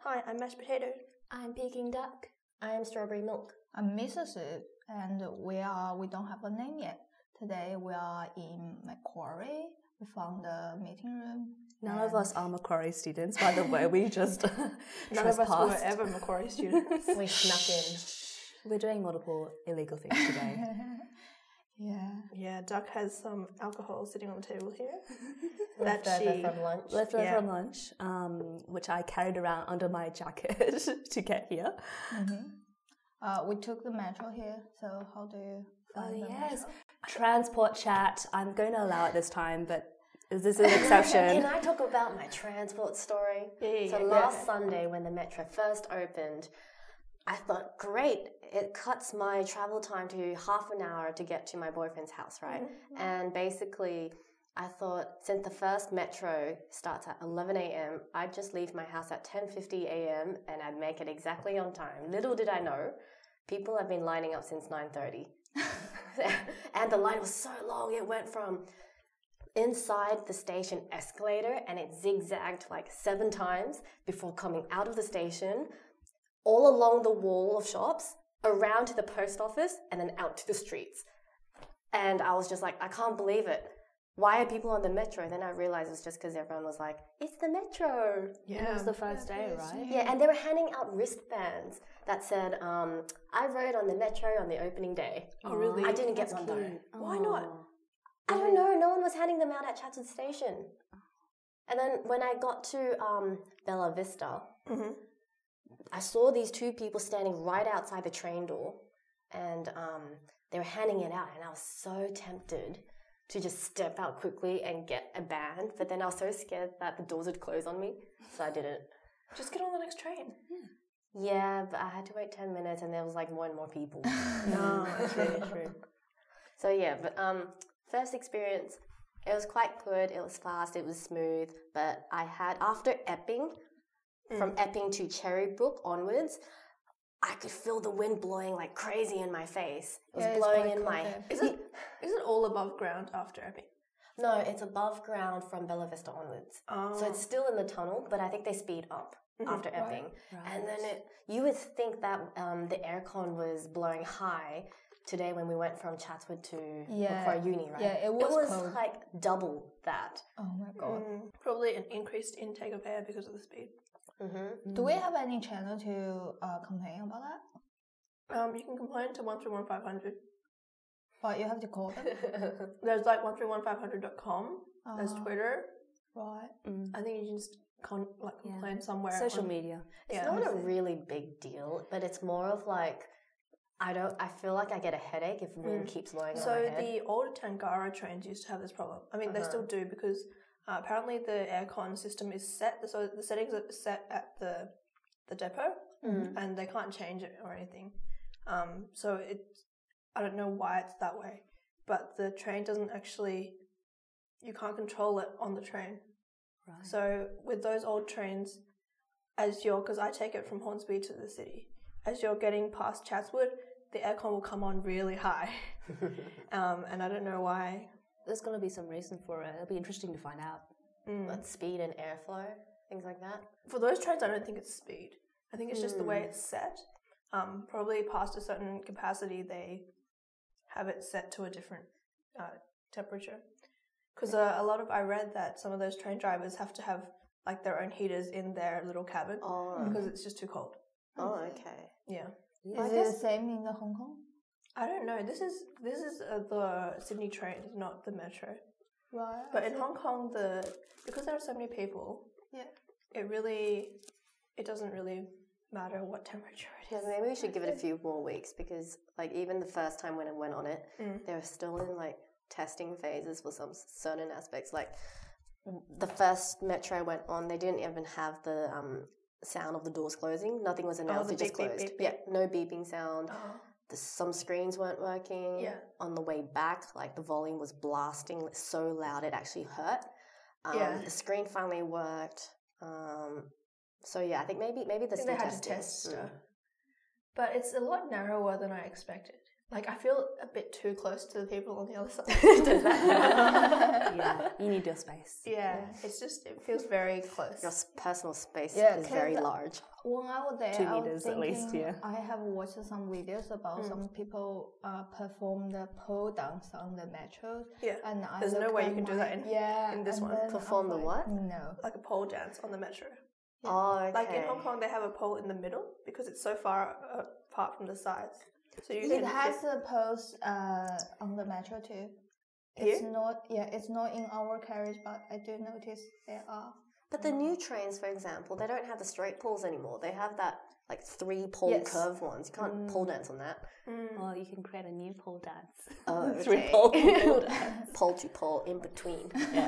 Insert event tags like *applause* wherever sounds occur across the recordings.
Hi, I'm mashed potatoes. I'm Peking duck. I'm strawberry milk. I'm Mrs. Su, uh, and we are we don't have a name yet. Today we are in Macquarie. We found the meeting room. None of and- us are Macquarie students, by the way. We just *laughs* None of us were trespassed. ever Macquarie students. We snuck in. We're doing multiple illegal *laughs* things today. yeah. yeah, Duck has some alcohol sitting on the table here. that Leftover she. from lunch. Left over Yeah. from lunch, um, which I carried around under my jacket *laughs* to get here. hmm Uh, we took the metro here. So how do you? Oh, find the yes. metro? Transport chat. I'm going to allow it this time, but this is *laughs* an exception. Can I talk about my transport story? Yeah, yeah, so yeah, last yeah. Sunday when the metro first opened, I thought, great, it cuts my travel time to half an hour to get to my boyfriend's house, right? Mm-hmm. And basically, I thought since the first metro starts at 11 a.m., I'd just leave my house at 10:50 a.m. and I'd make it exactly on time. Little did I know, people have been lining up since *laughs* 9:30. *laughs* and the line was so long. It went from inside the station escalator and it zigzagged like seven times before coming out of the station, all along the wall of shops, around to the post office, and then out to the streets. And I was just like, I can't believe it. Why are people on the metro? Then I realized it was just because everyone was like, it's the metro. Yeah. It was the first day, Yes, right? Yeah, and they were handing out wristbands that said, um, I rode on the metro on the opening day. Oh, really? I didn't get That's one though. cute. Why not? Aw. I don't know. No one was handing them out at Chatswood Station. And then when I got to um, Bella Vista, Mhm. I saw these two people standing right outside the train door, and um, they were handing it out, and I was so tempted to just step out quickly and get a band, but then I was so scared that the doors would close on me, so I didn't. Just get on the next train. Yeah, but I had to wait ten minutes, and there was like one more *laughs* people. No, *laughs* true, true. So yeah, but um, first experience, it was quite good. It was fast. It was smooth. But I had after Epping, from Mm. Epping to Cherrybrook onwards, I could feel the wind blowing like crazy in my face. It was Yeah, it's blowing quite in cold my. there. Is it, is it all above ground after Epping? No, it's above ground from Bella Vista onwards. Oh. So it's still in the tunnel, but I think they speed up after Epping. And then it, you would think that um, the aircon was blowing high today when we went from Chatswood to Yeah. Macquarie Uni, right? Yeah, it was It was cold. like double that. Oh my god. Mm, probably an increased intake of air because of the speed. Mm-hmm. Do we have any channel to uh, complain about that? Um, you can complain to 131500. But you have to call them. There's like 131500.com. There's Ah, Twitter. Right. I think you can just con- like Yeah. complain somewhere. Social on- media. It's Yeah. not a really big deal, but it's more of like I don't. I feel like I get a headache if wind keeps blowing on So my head. the old Tangara trains used to have this problem. I mean, they Uh-huh. still do because uh, apparently the aircon system is set. So the settings are set at the the depot, and they can't change it or anything. Um, so it, I don't know why it's that way, but the train doesn't actually. You can't control it on the train. Right. So with those old trains, as you're because I take it from Hornsby to the city, as you're getting past Chatswood, the aircon will come on really high, *laughs* um, and I don't know why. There's going to be some reason for it. It'll be interesting to find *laughs* out. But speed and airflow, things like that. For those trains, I don't think it's speed. I think it's just the way it's set. Um, probably past a certain capacity, they have it set to a different uh, temperature. Because uh, a lot of I read that some of those train drivers have to have like their own heaters in their little cabin Oh, because it's just too cold. oh, okay. Yeah. Is it the same in the Hong Kong? I don't know. This is this is uh, the Sydney train, not the metro. Right. But in Hong Kong, the because there are so many people, Yeah. it really it doesn't really matter what temperature it Yeah, is. maybe we should give it a few more weeks because, like, even the first time when I went on it, Mm. they were still in like testing phases for some s- certain aspects. Like, w- the first metro I went on, they didn't even have the um, sound of the doors closing. Nothing was announced; Oh, the it just beep, beep, closed. beep, Yeah, no beeping sound. Oh. The, some screens weren't working. Yeah. On the way back, like the volume was blasting so loud it actually hurt. Um, Yeah. The screen finally worked. Um, so yeah, I think maybe maybe I the Mm. think they had to test stuff. But it's a lot narrower than I expected. Like I feel a bit too close to the people on the other *laughs* side. Does that yeah, you need your space. *laughs* yeah, it's just it feels very close. Your s- personal space Yeah, is 'cause very the- large. When I was there, Two I was meters at least, thinking- yeah. I have watched some videos about Hmm. some people uh, perform the pole dance on the metro. Yeah. And I There's no looked way at you can do my- that in- yeah, in this and one. then I Perform the was what? No. Like a pole dance on the metro. Oh, okay. Like in Hong Kong, they have a pole in the middle because it's so far uh, apart from the sides. So you It can has fit- a post uh, on the metro too. It's not yeah, it's not in our carriage, but I do notice there are. But the new trains, for example, they don't have the straight poles anymore. They have that like three pole Yes. curve ones. You Mm. can't pole dance on *laughs* that. Or you can create a new pole dance. Oh, Three okay. pole, *laughs* pole *laughs* dance. pole to pole in between.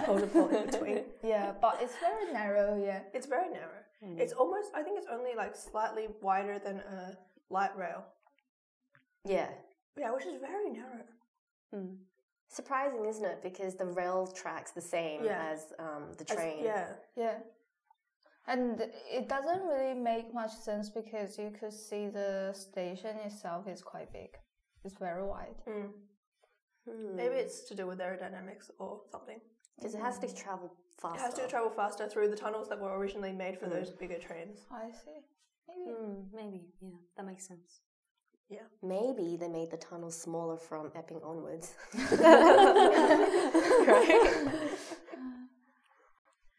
pole to pole in between. Yeah, but it's very narrow. Yeah, It's very narrow. It's almost. I think it's only like slightly wider than a light rail. Yeah. Yeah, which is very narrow. Surprising, isn't it? Because the rail track's the same Yeah. as um, the As- train. yeah. yeah. And it doesn't really make much sense because you could see the station itself is quite big. It's very wide. Mm. Maybe it's to do with aerodynamics or something. Because it has to travel faster. It has to travel faster through the tunnels that were originally made for those bigger trains. I see. Maybe. Mm, maybe, yeah, that makes sense. Maybe they made the tunnel smaller from Epping onwards. *laughs* right?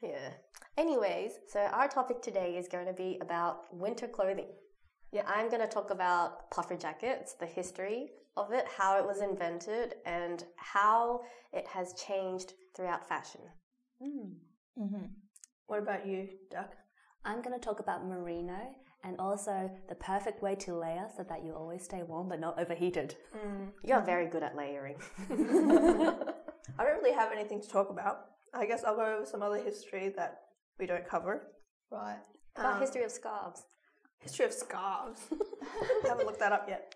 yeah. Anyways, so our topic today is going to be about winter clothing. Yeah, I'm going to talk about puffer jackets, the history of it, how it was invented, and how it has changed throughout fashion. What about you, Duck? I'm going to talk about merino and also the perfect way to layer so that you always stay warm but not overheated. You're very good at layering. I don't really have anything to talk about. I guess I'll go over some other history that we don't cover. Right. about history of scarves. History of scarves. *laughs* haven't looked that up yet.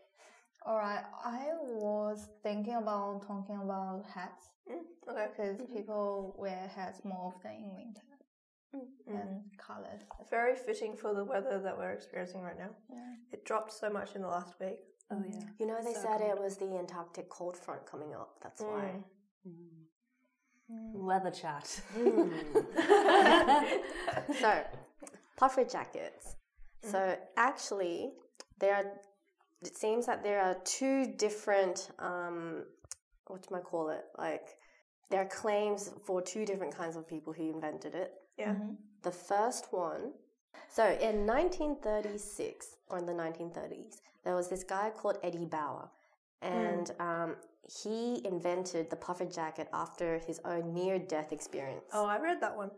All right. I was thinking about talking about hats Okay. because people wear hats more often in winter and colors. Very fitting for the weather that we're experiencing right now. Yeah. It dropped so much in the last week. Oh, yeah. You know, they said it was the Antarctic cold front coming up. That's why. Weather *laughs* chat. so puffer jackets so actually there are it seems that there are two different um what do i call it like there are claims for two different kinds of people who invented it Yeah. the first one so in 1936 or in the 1930s there was this guy called eddie bauer and um, he invented the puffer jacket after his own near-death experience Oh, I read that one.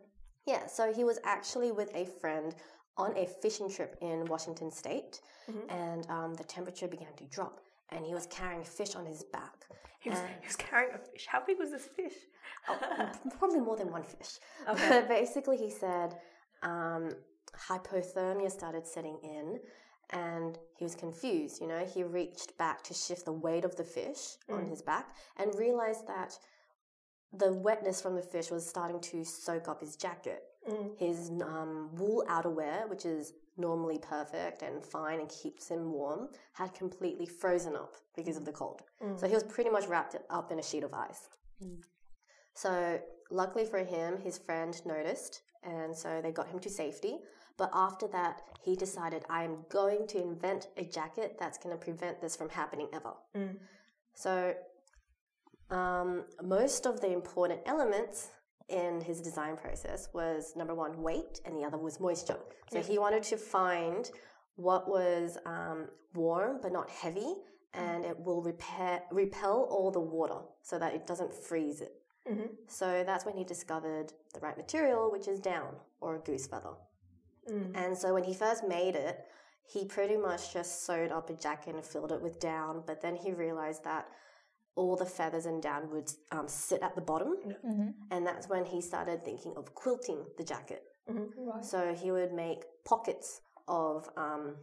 yeah, so he was actually with a friend on a fishing trip in Washington State, and um, the temperature began to drop, and he was carrying fish on his back. He was, he was carrying a fish. How big was this fish? Probably more than one fish. But *laughs* basically, he said um, hypothermia started setting in, and he was confused. You know, he reached back to shift the weight of the fish on his back and realized that the wetness from the fish was starting to soak up his jacket. His um, wool outerwear, which is normally perfect and fine and keeps him warm, had completely frozen up because of the cold. So he was pretty much wrapped up in a sheet of ice. So, luckily for him, his friend noticed, and so they got him to safety. But after that, he decided, I am going to invent a jacket that's going to prevent this from happening ever. So, um, most of the important elements in his design process was number one, weight, and the other was moisture. So, he wanted to find what was um, warm but not heavy, and it will repair, repel all the water so that it doesn't freeze it. So that's when he discovered the right material, which is down or a goose feather. And so when he first made it, he pretty much just sewed up a jacket and filled it with down, but then he realized that all the feathers and down would um, sit at the bottom. And that's when he started thinking of quilting the jacket. Right. So he would make pockets of um,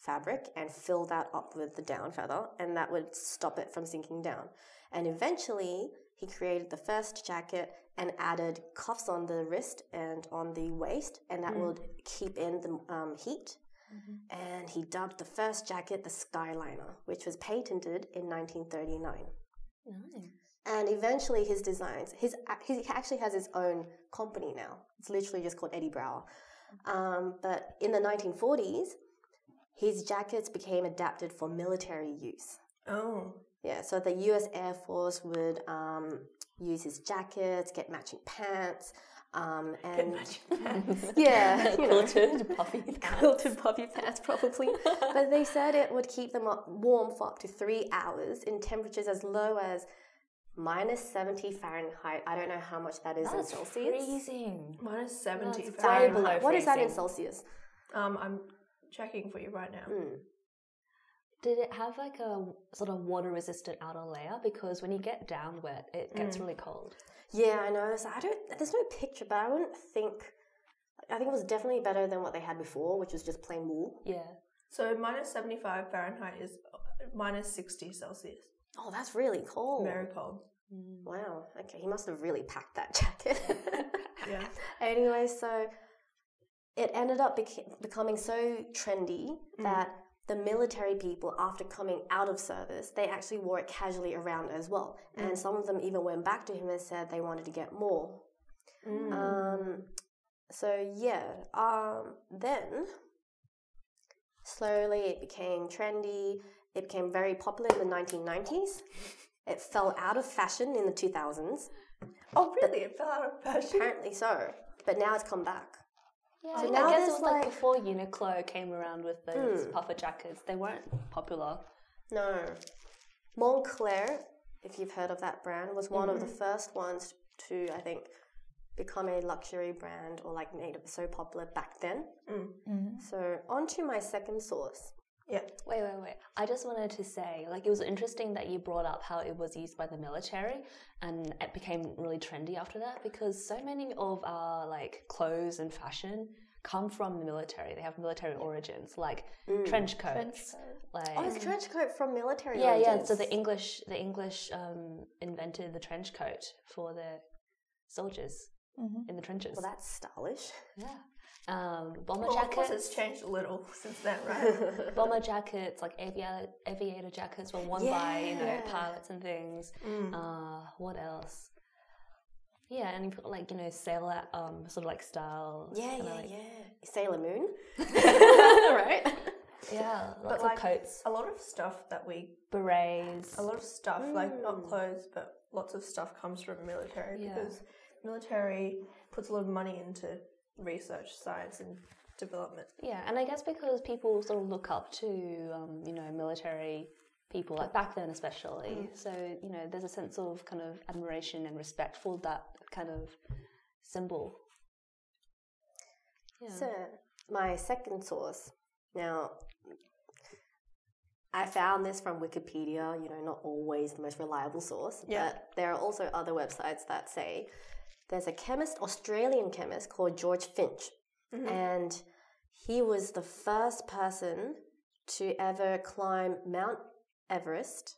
fabric and fill that up with the down feather, and that would stop it from sinking down. And eventually, he created the first jacket and added cuffs on the wrist and on the waist, and that would keep in the um, heat. and he dubbed the first jacket the Skyliner, which was patented in 1939. Nice. And eventually, his designs, his, he actually has his own company now. It's literally just called Eddie Brower. Um, but in the 1940s, his jackets became adapted for military use. Oh. Yeah, so the US Air Force would um, use his jackets, get matching pants, um, and *laughs* yeah, you know, Quilted, puffy. *laughs* quilted puppy pants *laughs* probably. but they said it would keep them up warm for up to three hours in temperatures as low as minus 70 Fahrenheit. I don't know how much that is in That's Celsius. freezing. Minus 70 That's Fahrenheit. way below What is that in freezing. Celsius? Um, I'm checking for you right now. Mm. Did it have like a sort of water resistant outer layer? Because when you get down wet, it gets really cold. Yeah, I know. So I don't. There's no picture, but I wouldn't think. I think it was definitely better than what they had before, which was just plain wool. Yeah. So minus 75 Fahrenheit is uh, minus 60 Celsius. Oh, that's really cold. Very *laughs* cold. Wow. Okay, he must have really packed that *laughs* jacket. Yeah. anyway, so it ended up bec- becoming so trendy that the military people, after coming out of service, they actually wore it casually around as well. And some of them even went back to him and said they wanted to get more. Um, so yeah, um, then slowly it became trendy. It became very popular in the 1990s. It fell out of fashion in the 2000s. Oh, really? It fell out of fashion. *laughs* Apparently so, but now it's come back. Yeah, So I now guess there's it was like, Hmm. like- before Uniqlo came around with those puffer jackets. They weren't popular. No. Montclair, if you've heard of that brand, was one of the first ones to, I think, become a luxury brand or like made it so popular back then. Mm-hmm. So, on to my second source. Yeah. Wait, wait, wait. I just wanted to say, like, it was interesting that you brought up how it was used by the military and it became really trendy after that because so many of our, like, clothes and fashion come from the military. They have military origins, like Mm. trench coats. Like, Oh, it's trench coat from military. yeah, yeah. origins. So the English, the English um, invented the trench coat for their soldiers Mm-hmm. in the trenches. Well, that's stylish. yeah. Um, bomber Well, of course, jackets, it's changed a little *laughs* since *laughs* then, right? bomber jackets, like aviator, aviator jackets were worn by you know pilots and things. Uh, what else? Yeah, and you put like you know sailor um, sort of like style. Yeah, kinda yeah, like- yeah. Sailor Moon. right? yeah. Lots like- of coats, a lot of stuff that we, berets. a lot of stuff, like not clothes, but lots of stuff comes from military Mm. Yeah. because military puts a lot of money into research, science, and development. Yeah, and I guess because people sort of look up to um, you know military people, like back then especially. So you know, there's a sense of kind of admiration and respect for that kind of symbol. Yeah. So, my second source. Now, I found this from Wikipedia, you know, not always the most reliable source, Yeah. but there are also other websites that say there's a chemist, Australian chemist called George Finch, Mm-hmm. Mm-hmm. and he was the first person to ever climb Mount Everest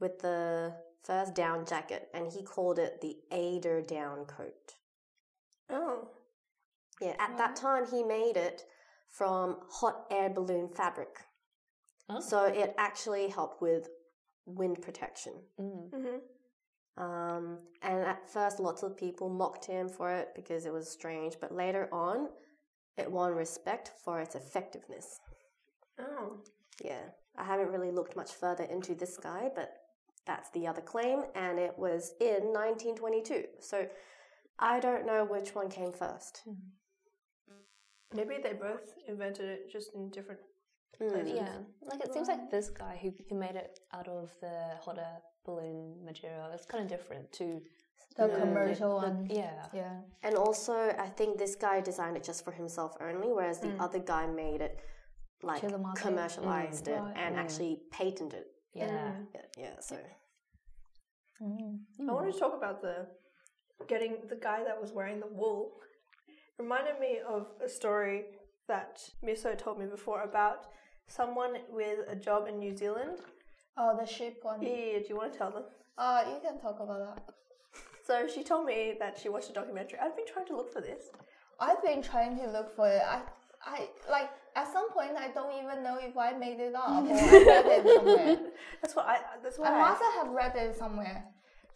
with the first down jacket, and he called it the Ader down coat. Oh. Yeah, at that time he made it from hot air balloon fabric. Oh. So it actually helped with wind protection. Mm. Mm-hmm. Um, and at first, lots of people mocked him for it because it was strange, but later on, it won respect for its effectiveness. Oh. Yeah, I haven't really looked much further into this guy, but that's the other claim, and it was in 1922. So I don't know which one came first. Hmm. Maybe they both invented it just in different Mm. places. Yeah, like it seems like this guy who who made it out of the hot air balloon material is kind of different to The the- commercial the- one. Yeah. Yeah. And also, I think this guy designed it just for himself only, whereas the other guy made it like To the market. commercialized it Right. and actually patented it. Yeah. Yeah, yeah, so I Hmm. wanted to talk about the getting the guy that was wearing the wool. Reminded me of a story that Miso told me before about someone with a job in New Zealand. Oh, the sheep one. Yeah, yeah, yeah, do you want to tell them? Oh, you can talk about that. So she told me that she watched a documentary. I've been trying to look for this. I've been trying to look for it. I, I like at some if I made it up or I read it somewhere. *laughs* That's what I. That's what I I. must have read it somewhere.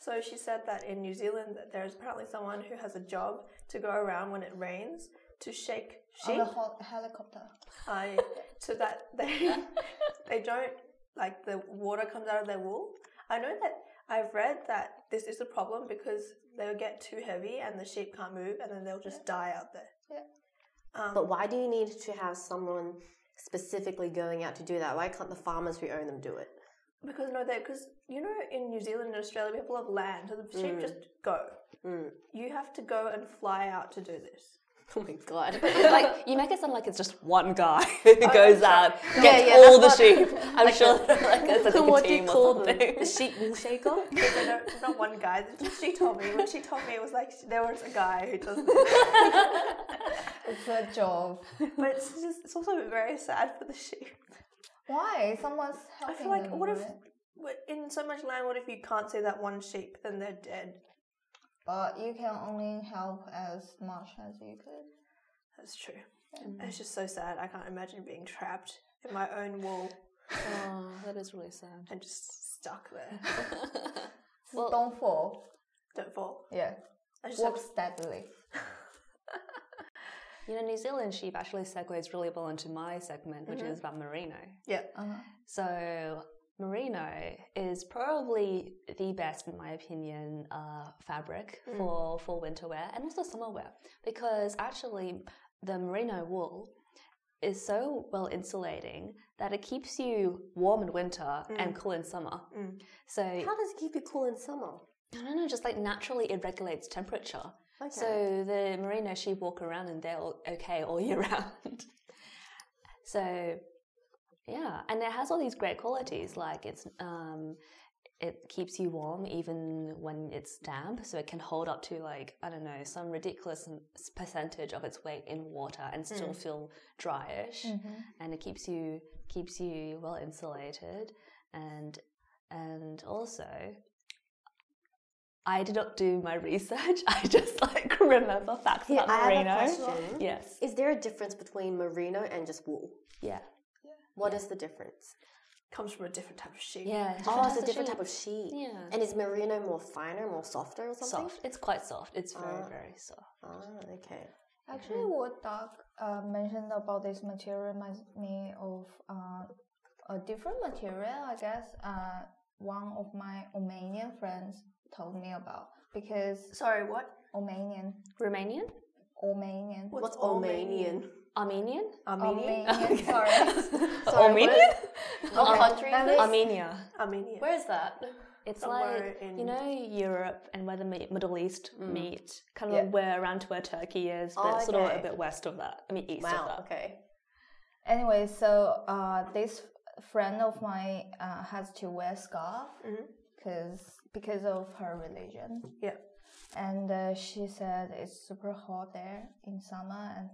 So she said that in New Zealand that there is apparently someone who has a job to go around when it rains to shake On sheep. Oh, the hel- helicopter. I so that *laughs* they they don't like the water comes out of their wool. I know that I've read that this is a problem because they'll get too heavy and the sheep can't move and then they'll just die out there. Yeah. Um, But why do you need to have someone specifically going out to do that? Why can't the farmers who own them do it? *laughs* because no, they because you know in New Zealand and Australia people have land, so the sheep just go. Mm. You have to go and fly out to do this. Oh my *laughs* god. *laughs* like you make it sound like it's just one guy *laughs* who goes out, gets yeah, all the that's sheep. *laughs* I'm sure like it's like a what do you team call or them? something. The sheep wool shaker? Because they don't, it's not one guy. She told me when she told me it was like there was a guy who does this. It's a job. But it's just it's also very sad for the sheep. Why? Someone's I helping. feel like them, what if right? what- in so much land? What if you can't see that one sheep? Then they're dead. But you can only help as much as you could. That's true. It's just so sad. I can't imagine being trapped in my own wall *laughs* Oh, that is really sad. and just stuck there. Well- Don't fall. Don't fall. Yeah. I just Walk steadily. You know, New Zealand sheep actually segues really well into my segment, which is about merino. yeah. So merino is probably the best, in my opinion, uh, fabric for for winter wear and also summer wear because actually the merino wool is so well insulating that it keeps you warm in winter and cool in summer. So *laughs* How does it keep you cool in summer? I don't know, just like naturally it regulates temperature. Okay. So the merino sheep walk around and they're all okay all year *laughs* round. so yeah, and it has all these great qualities like it's um, it keeps you warm even when it's damp, so it can hold up to like I don't know some ridiculous m- s- percentage of its weight in water and still feel dryish, Mm-hmm. and it keeps you keeps you well insulated, and and also I did not do my research. *laughs* I just like remember facts Yeah, about I merino. have a question. Yes. Is there a difference between merino and just wool? Yeah. What is the difference? comes from a different type of sheep. Yeah. Oh, it's a Different different types type of of sheep. Yeah. And is merino more finer, more softer or sheep. something? soft. It's quite soft. It's very Ah. very soft. Ah, okay. Actually, what Doug uh, mentioned about this material reminds me of uh, a different material, I guess. Uh, one of my Romanian friends told me about because Sorry, what? Romanian, Romanian, Romanian, What's What's Armenian? Armenian? Armenian, Armenian? Romanian. *laughs* Sorry, Armenian, What *laughs* Okay. country That is this? Armenia. Armenian. Where is that? It's Somewhere like in- you know Europe and where the Mi- Middle East meet, kind of Yeah. where around to where Turkey is, but Oh, sort of Mm. okay. a bit west of that. I mean east *laughs* of Wow, that. okay. Anyway, so uh, this friend of mine uh, has to wear scarf because because of her religion, Yeah. and uh, she said it's super hot there in summer and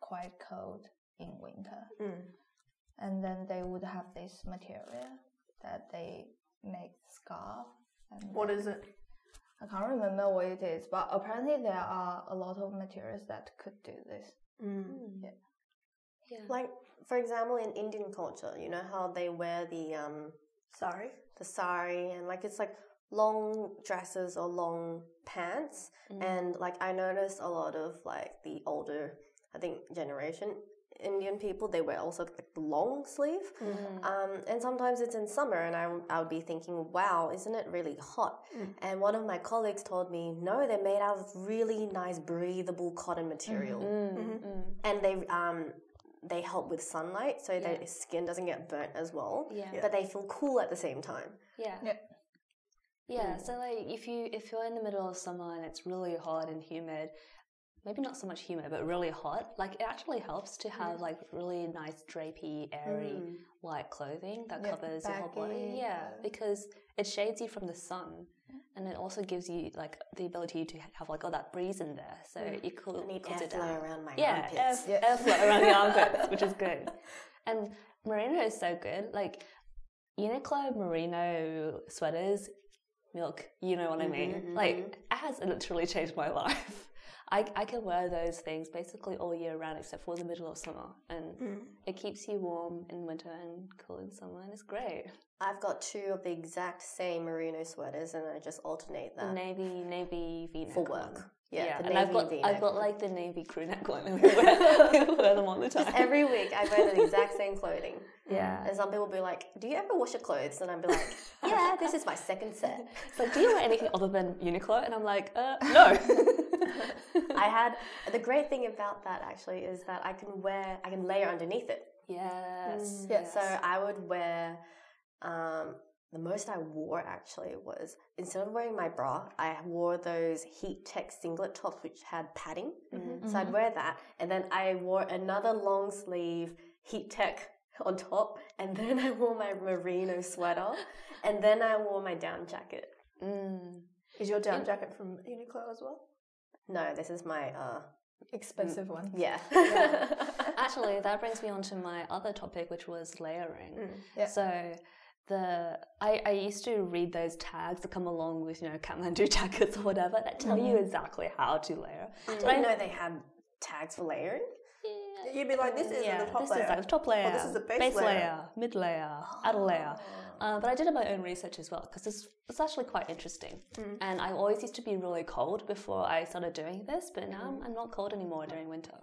quite cold in winter. And then they would have this material that they make scarf. And What is it? I can't remember what it is, but apparently there are a lot of materials that could do this. Mm. Like, for example, in Indian culture, you know how they wear the um, Sorry. the sari and like it's like long dresses or long pants and like i noticed a lot of like the older i think generation indian people they wear also like the long sleeve um, and sometimes it's in summer and I, I would be thinking wow isn't it really hot and one of my colleagues told me no they're made out of really nice breathable cotton material and they um, they help with sunlight so their skin doesn't get burnt as well Yeah. but they feel cool at the same time Yeah. Yeah. Yeah, so like if you if you're in the middle of summer and it's really hot and humid, maybe not so much humid, but really hot, like it actually helps to have like really nice drapey, airy, light clothing that Mm. Yeah, covers your whole body. baggy, Yeah, yeah. because it shades you from the sun, and it also gives you like the ability to have like all that breeze in there, so you cool, I need cools it airflow down. around my Yeah, air, armpits. airflow around *laughs* the armpits, which is good. And merino is so good. Like Uniqlo merino Mm-hmm, sweaters, milk. You know what I mean? Like it has literally changed my *laughs* life. I, I can wear those things basically all year round except for the middle of summer. And Mm. it keeps you warm in winter and cool in summer, and it's great. I've got two of the exact same merino sweaters, and I just alternate The that navy, navy v neck. for work. Yeah, the and I've navy got V-neck I've got like the navy crew neck *laughs* one. *laughs* and We wear, we wear them all the time. Just every week I wear the *laughs* exact same clothing. yeah. And some people be like, Do you ever wash your clothes? And I'd be *laughs* like, Yeah, this is my second set. It's like, do you wear anything other than Uniqlo? And I'm like, uh, no. I had the great thing about that actually is that I can wear I can layer underneath it. *laughs* yes. Yeah. So I would wear um the most I wore actually was instead of wearing my bra, I wore those heat tech singlet tops which had padding. Mm-hmm. So I'd wear that, and then I wore another long sleeve heat tech *laughs* on top, and then I wore my merino sweater, and then I wore my down jacket. Mm. Is your down jacket from Uniqlo as well? No, this is my uh Expensive one. yeah. *laughs* Mm. Actually, that brings me on to my other topic, which was layering. Yeah. So the I, I used to read those tags that come along with you know Kathmandu *laughs* jackets or whatever that tell you exactly how to layer. I didn't know they had tags for layering. You'd be like, this is yeah, the top this layer. Oh, is like the top layer. this is the base layer, layer. Oh. mid layer, outer layer. Uh, but I did my own research as well because it's, it's actually quite interesting. Mm. And I always used to be really cold before I started doing this, but now Mm. I'm- I'm not cold anymore during winter.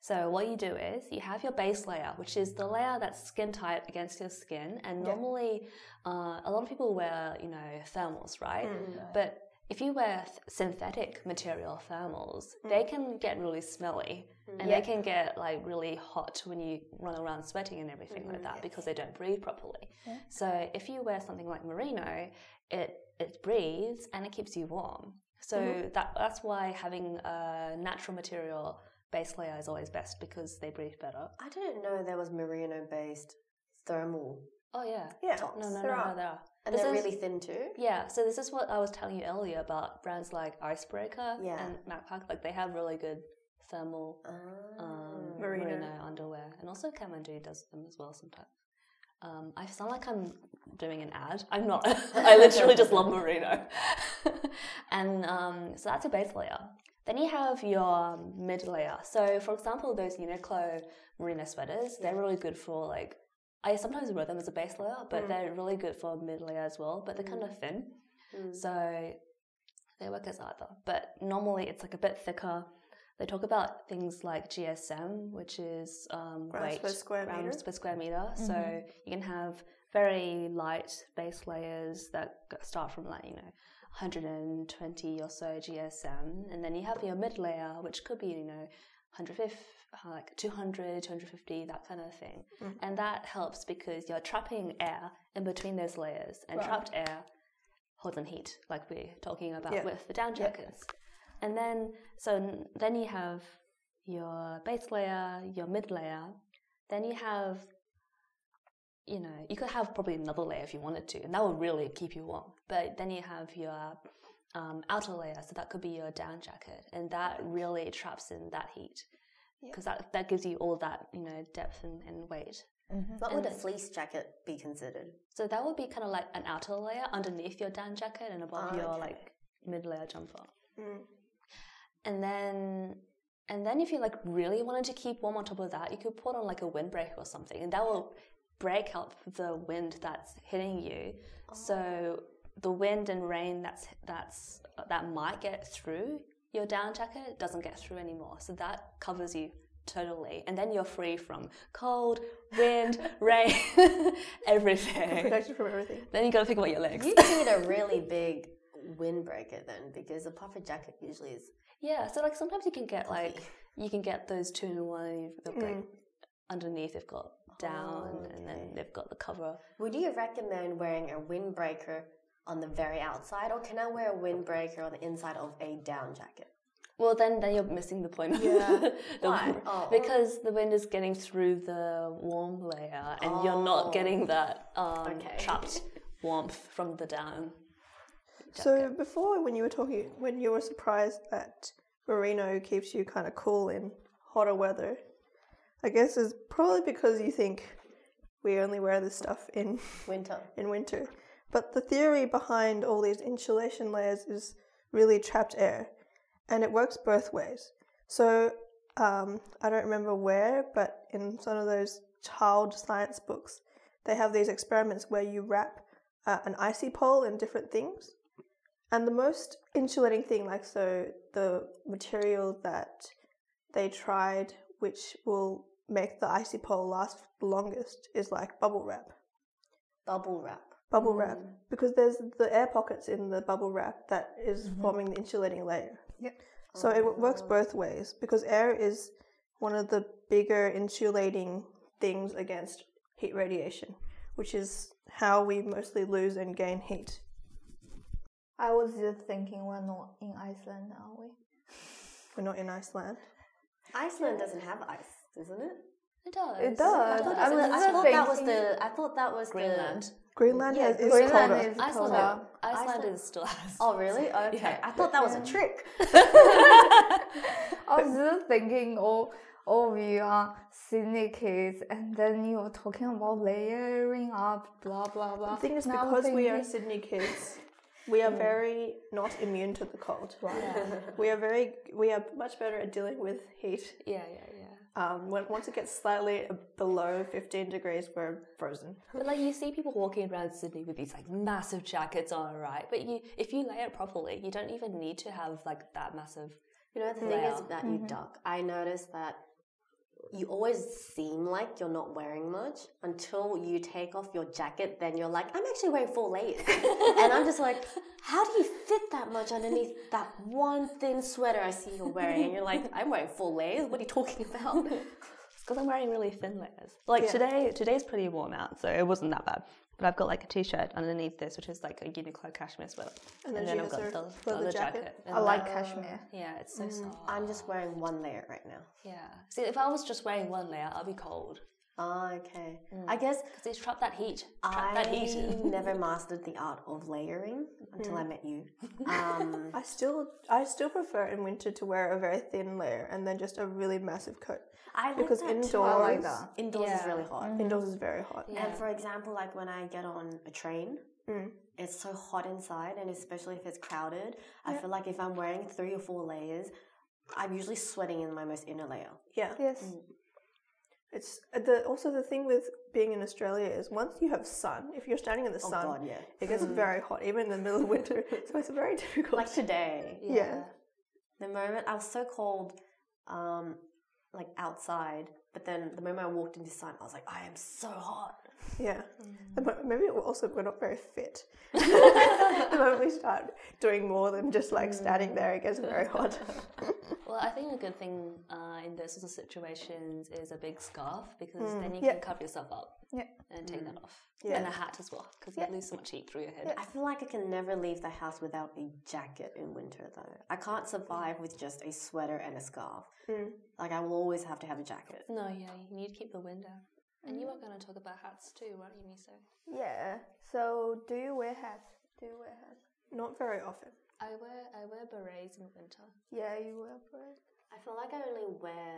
So what you do is you have your base layer, which is the layer that's skin tight against your skin, and normally uh, a lot of people wear you know thermals, Mm. right? Mm. But if you wear th- synthetic material thermals, they Mm. can get really smelly and they can get like really hot when you run around sweating and everything like Mm, that because they don't breathe properly. So if you wear something like merino, it it breathes and it keeps you warm. So Mm-hmm. that that's why having a natural material base layer is always best because they breathe better. I didn't know there was merino based thermal Oh yeah. yeah. tops. No, no, There no, are. no, there are. And This they're is- really thin too. Yeah, so this is what I was telling you earlier about brands like Icebreaker Yeah. and Macpac. Like they have really good thermal um, merino. Merino. underwear, and also Kamandu does them as well sometimes. Um, I sound like I'm doing an ad. I'm not. *laughs* I literally just love merino. *laughs* and um, so that's your base layer. Then you have your mid layer. So for example, those Uniqlo merino sweaters, they're really good for like. I sometimes wear them as a base layer, Mm. but they're really good for mid layer as well. But they're kind of thin, Mm. so they work as either. But normally it's like a bit thicker. They talk about things like GSM, which is um, Grams weight per square grams meter. Mm-hmm. per square meter. So you can have very light base layers that g- start from like you know 120 or so GSM, and then you have your mid layer, which could be you know 150, uh, like 200, 250, that kind of thing. Mm-hmm. And that helps because you're trapping air in between those layers, and trapped air holds in heat, like we're talking about Yeah. with the down jackets. And then, so n- then you have your base layer, your mid layer, then you have, you know, you could have probably another layer if you wanted to, and that would really keep you warm. But then you have your um, outer layer, so that could be your down jacket, and that really traps in that heat because that, that gives you all that, you know, depth and, and weight. What would a fleece jacket be considered? So that would be kind of like an outer layer underneath your down jacket and above Oh, your okay. like mid layer jumper. And then and then if you like really wanted to keep warm on top of that, you could put on like a windbreaker or something and that will break up the wind that's hitting you. So the wind and rain that's that's that might get through your down jacket doesn't get through anymore. So that covers you totally. And then you're free from cold, wind, *laughs* rain, everything. Protected from everything. Then you gotta think about your legs. You need a really big windbreaker then, because a puffer jacket usually is. Yeah, so like sometimes you can get like you can get those two in one. You've got Mm. like underneath, they've got down, Oh, and then they've got the cover. Would you recommend wearing a windbreaker on the very outside, or can I wear a windbreaker on the inside of a down jacket? Well, then then you're missing the point. Yeah. *laughs* the Why? wind- Oh. Because the wind is getting through the warm layer, and you're not getting that um, Oh. Okay. *laughs* trapped warmth from the down. So before, when you were talking, when you were surprised that merino keeps you kind of cool in hotter weather, I guess is probably because you think we only wear this stuff in Winter. in winter. But the theory behind all these insulation layers is really trapped air, and it works both ways. So um, I don't remember where, but in some of those child science books, they have these experiments where you wrap uh, an icy pole in different things. And the most insulating thing, like so, the material that they tried, which will make the icy pole last the longest, is like bubble wrap. Bubble wrap. Bubble wrap, Mm. because there's the air pockets in the bubble wrap that is Mm-hmm. forming the insulating layer. Yep. So it w- works both ways because air is one of the bigger insulating things against heat radiation, which is how we mostly lose and gain heat. I was just thinking we're not in Iceland, are we? We're not in Iceland. Iceland doesn't have ice, doesn't it? It does. It does. I thought, I was just that was thinking- the. I thought that was Greenland. The, Greenland Yeah, has, is Greenland colder. is Iceland, colder. Iceland, Iceland- is still *laughs* Iceland. oh *laughs* really? Okay. I thought that was a trick. I was just thinking all all of you are sydney kids and then you're talking about layering up blah blah blah The thing is, Now I'm because we are thinking- Mm. Sydney kids, we *laughs* are very not immune to the cold. we are very, we are much better at dealing with heat. Yeah, yeah, yeah. Um, when once it gets slightly below fifteen degrees, we're frozen. But like you see people walking around Sydney with these like massive jackets on, right? But you, if you layer it properly, you don't even need to have like that massive. You know, the thing is Wow. that you duck. I noticed that you always seem like you're not wearing much until you take off your jacket. Then you're like, I'm actually wearing four layers, *laughs* and I'm just like, how do you fit that much underneath that one thin sweater I see you're wearing? And you're like, I'm wearing four layers. What are you talking *laughs* about? Because I'm wearing really thin layers. Like today, today's pretty warm out, so it wasn't that bad. But I've got like a t-shirt underneath this, which is like a Uniqlo cashmere sweater, and then then, she I've has got her the, the leather other jacket. jacket. Oh. Mm. i like Uh, kashmir Yeah, it's so soft. I'm just wearing one layer right now. Yeah. See, if I was just wearing one layer, I'd be cold. Ah, okay. I guess Because it's trap that heat. Trap Mm. that I heat. *laughs* never mastered the art of layering until Mm. I met you. Um, I still, I still prefer in winter to wear a very thin layer and then just a really massive coat. I *laughs* like Because that too. indoors- Mm-hmm. i like that Indoors is Yeah. really hot. Indoors is very hot. And for example, like when I get on a train, Mm. it's so hot inside, and especially if it's crowded, I feel like if I'm wearing three or four layers, I'm usually sweating in my most inner layer. Yeah, yes Mm. it's the also the thing with being in Australia is once you have sun, if you're standing in the sun, Oh, God, yeah. Mm. it gets very hot even in the middle of winter. *laughs* so it's very difficult. Like today, yeah. the moment I was so cold, um, like outside, but then the moment I walked into sun, I was like, I am so hot. Yeah. Mm. The mo- Maybe it- also we're not very *laughs* fit. *laughs* the moment we start doing more than just like standing there, it gets very hot. Well, I think a good thing uh, in those sorts of situations is a big scarf because then you Hmm, yeah. can cover yourself up Yeah. and take Hmm. that off. Yeah. And a hat as well because you lose so much heat through your head. I feel like I can never leave the house without a jacket in winter, though. I can't survive with just a sweater and a scarf. Mm. Like, I will always have to have a jacket. No, yeah, you need to keep the window. And Hmm. you are going to talk about hats too, weren't you, Miso? *laughs* yeah so do you wear hats do you wear hats Not very often. I wear I wear berets in winter. yeah you wear bread I feel like I only wear.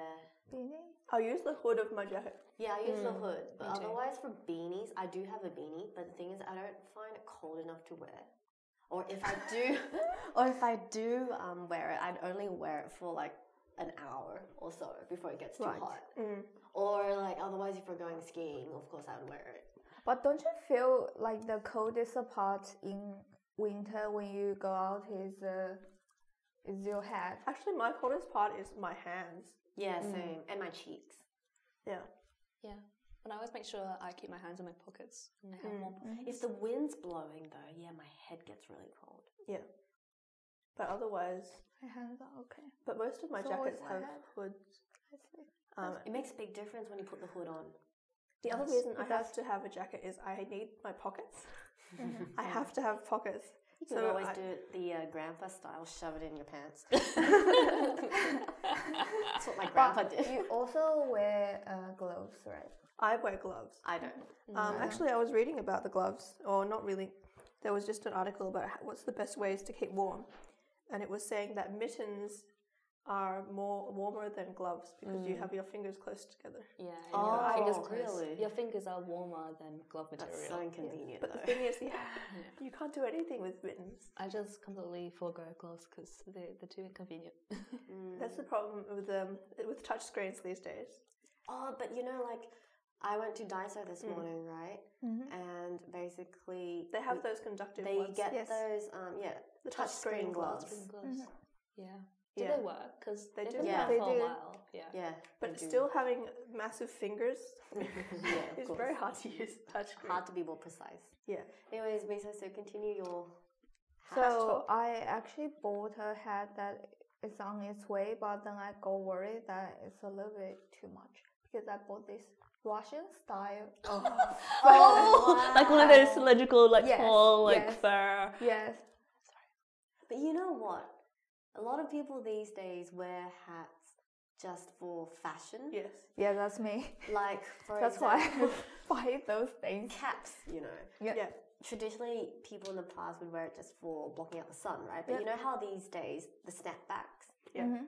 beanie I'll use the hood of my jacket. Yeah, I use the hood, but Hmm, me too. otherwise for beanies, I do have a beanie. But the thing is, I don't find it cold enough to wear. Or if I *laughs* do, or if I do um, wear it, I'd only wear it for like an hour or so before it gets too hot. Mm. Or like otherwise, if we're going skiing, of course I would wear it. But don't you feel like the coldest part in winter when you go out is uh, is your head? Actually, my coldest part is my hands. Yeah, Mm. same. And my cheeks. Yeah. Yeah. And I always make sure I keep my hands in my pockets and I have Hmm. more pockets. If the wind's blowing though, yeah, my head gets really cold. Yeah. But otherwise, My hands are okay. *laughs* but most of my It's always jackets my have head. hoods. I see. Um, It makes a big difference when you put the hood on. the other reason I have to have a jacket is I need my pockets. *laughs* I have to have pockets. You can always I- do it the uh, grandpa style, shove it in your pants. *laughs* That's what my grandpa But did. you also wear uh, gloves, right? I wear gloves. I don't. Um, Actually, I was reading about the gloves, or not really. There was just an article about ho- what's the best ways to keep warm, and it was saying that mittens are more warmer than gloves because Mm. you have your fingers close together. Yeah. and Oh, your fingers close. really? Your fingers are warmer than glove material. That's so inconvenient. But the thing *laughs* is, yeah, you can't do anything with mittens. I just completely forego gloves because they they're too inconvenient. Mm. That's the problem with um, with touch screens these days. Oh, but you know, like I went to Daiso this Mm-hmm. morning, right? And basically, They have those conductive they ones. get Yes. those um, yeah The touch touchscreen screen gloves. Green gloves. Yeah. Do Yeah. they work? Because They they do. do. Yeah. They for do. a while. Yeah. Yeah, but still having massive fingers *laughs* yeah, of is course. very hard to use touchscreen. hard to be more precise. Yeah. Anyways, Misa, so continue your. So I actually bought a hat that is on its way, but then I got worried that it's a little bit too much because I bought this Russian *laughs* style. Oh, Like one of those cylindrical, like Yes, tall, like yes. fur. Yes. But you know what? A lot of people these days wear hats just for fashion. Yes. Yeah, that's me. Like for That's why I *laughs* example, buy those things. caps. You know. Yeah. traditionally people in the past would wear it just for blocking out the sun, right? But you know how these days the snapbacks, Yeah. Mm-hmm.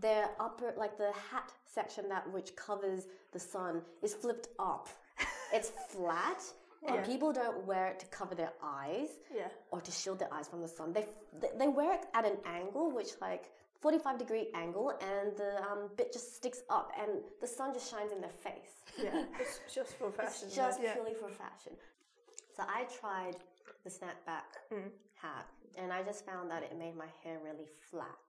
their upper like the hat section that which covers the sun is flipped up. *laughs* it's flat. And Yeah. people don't wear it to cover their eyes Yeah. or to shield their eyes from the sun. They they- they wear it at an angle which like 45 degree angle and the um, bit just sticks up and the sun just shines in their face. Yeah. it's just for fashion. It's just right? yeah. purely for fashion. So I tried the snapback Mm. hat, and I just found that it made my hair really flat.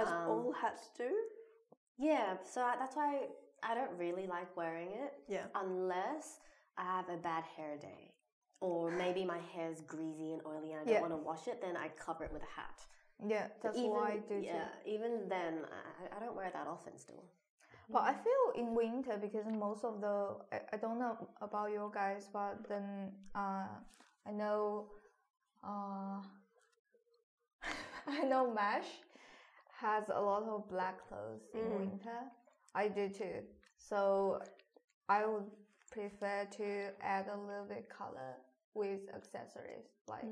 As Um, all hats do. Yeah, so I, that's why I don't really like wearing it. Yeah. Unless I have a bad hair day, or *sighs* maybe my hair's greasy and oily, and I don't Yeah. want to wash it. Then I cover it with a hat. Yeah, that's why I do too. yeah, even then I, I don't wear it that often still. But I feel in winter because most of the I, I don't know about your guys, but then uh, I know uh, *laughs* I know Mesh has a lot of black clothes Mm-hmm. in winter. I do too. So I would prefer to add a little bit color with accessories like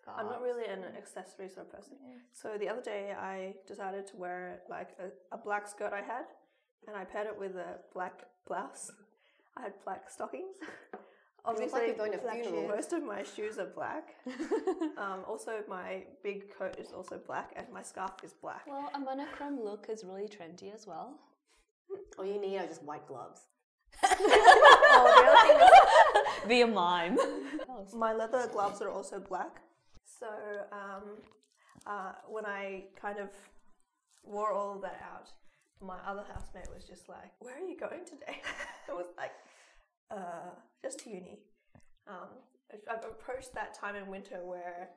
scarves. Mm. I'm not really an accessory sort of person. So the other day I decided to wear like a, a black skirt I had and I paired it with a black blouse. I had black stockings. *laughs* looks Obviously, like you're going to black funeral. shoes. most of my shoes are *laughs* black. um, also, my big coat is also black and my scarf is black. Well, a monochrome look is really trendy as well. All you need are just white gloves. Be a mime. My leather gloves are also black. So um, uh, when I kind of wore all of that out, my other housemate was just like, "Where are you going today?" *laughs* I was like, uh, "Just to uni." Um, I've- I've approached that time in winter where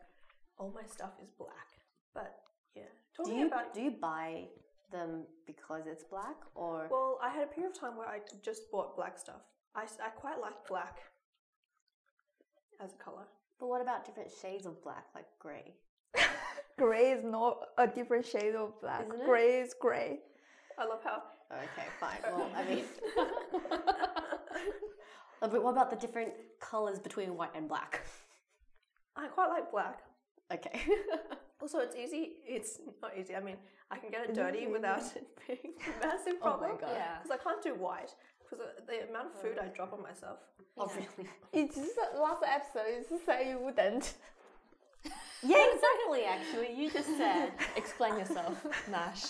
all my stuff is black. But yeah, Do talking you about do you buy them because it's black or? well, I had a period of time where I just bought black stuff. I, s- I quite like black as a color. But what about different shades of black, like grey? Gray is not a different shade of black. Isn't it? Gray is gray. I love how Okay, fine. Well, I mean, Uh, but what about the different colors between white and black? I quite like black. Okay. Also, it's easy. It's not easy. I mean, I can get it dirty without *laughs* it being a massive problem. God. Yeah. Because I can't do white. Because the amount of food I drop on myself. Oh, really? You just last episode you just said you wouldn't. Yeah, exactly. Actually, you just said. Explain yourself, Nash.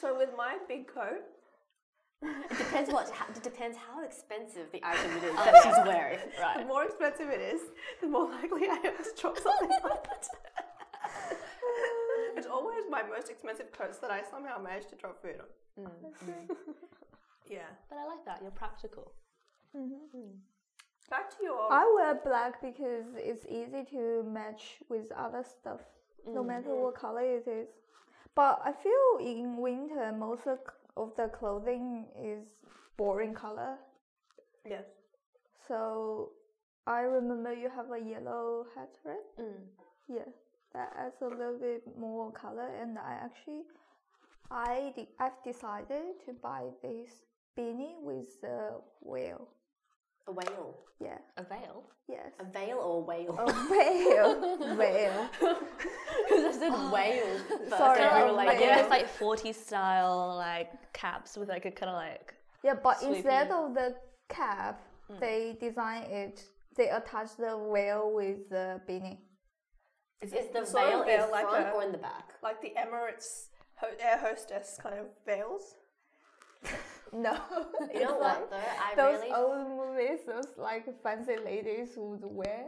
So with my big coat, Depends what. How, it depends how expensive the item it is that she's wearing. the more expensive it is, the more likely I am to drop something on it. *laughs* it's always my most expensive coats that I somehow manage to drop food on. yeah. Mm. But I like that. You're practical. Back to your. I wear black because it's easy to match with other stuff, no matter what color it is. But I feel in winter most of c- of the clothing is boring color. yeah. So I remember you have a yellow hat, right? Mm. Yeah, that adds a little bit more color. And I actually, I de- I've decided to buy this beanie with the whale. A whale. Yeah. A veil? Yes. A veil or a whale? Oh. *laughs* A whale. whale. Because I said whale. first, Sorry, and we a were Like like, whale. yeah. yeah. those like 40s style like caps with like a kind of like Yeah, but Sweeping. instead of the cap, they design it. They attach the whale with the beanie. *laughs* Is sort the of veil in veil front like a- or in the back? Like the Emirates ho- air hostess kind of veils. No, *laughs* You know it's what like though? I those really, old movies, those like fancy ladies would wear.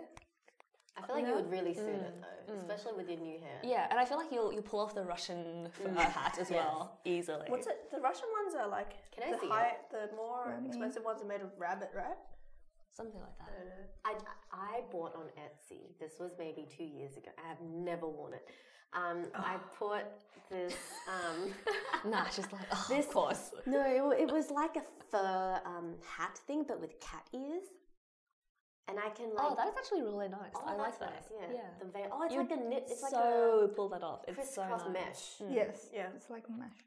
I feel like you would really suit it though, especially with your new hair. yeah, and I feel like you'll you pull off the Russian fur hat *laughs* as well easily. What's it? The Russian ones are like Can I the see high, the more Let me- expensive ones are made of rabbit, right? Something like that. I, I bought on Etsy. This was maybe two years ago. I have never worn it. Um, I put this. Um, nah, it's just like *laughs* oh, of course. *laughs* no, it, wa- it was like a fur um, hat thing, but with cat ears. And I can like. oh, that is actually really nice. Oh, I that's like that. nice, Yeah. yeah. The veil. Oh, it's You like a knit. It's so like pull that off. a It's crisscross so nice. mesh. Yes, yeah. it's like mesh.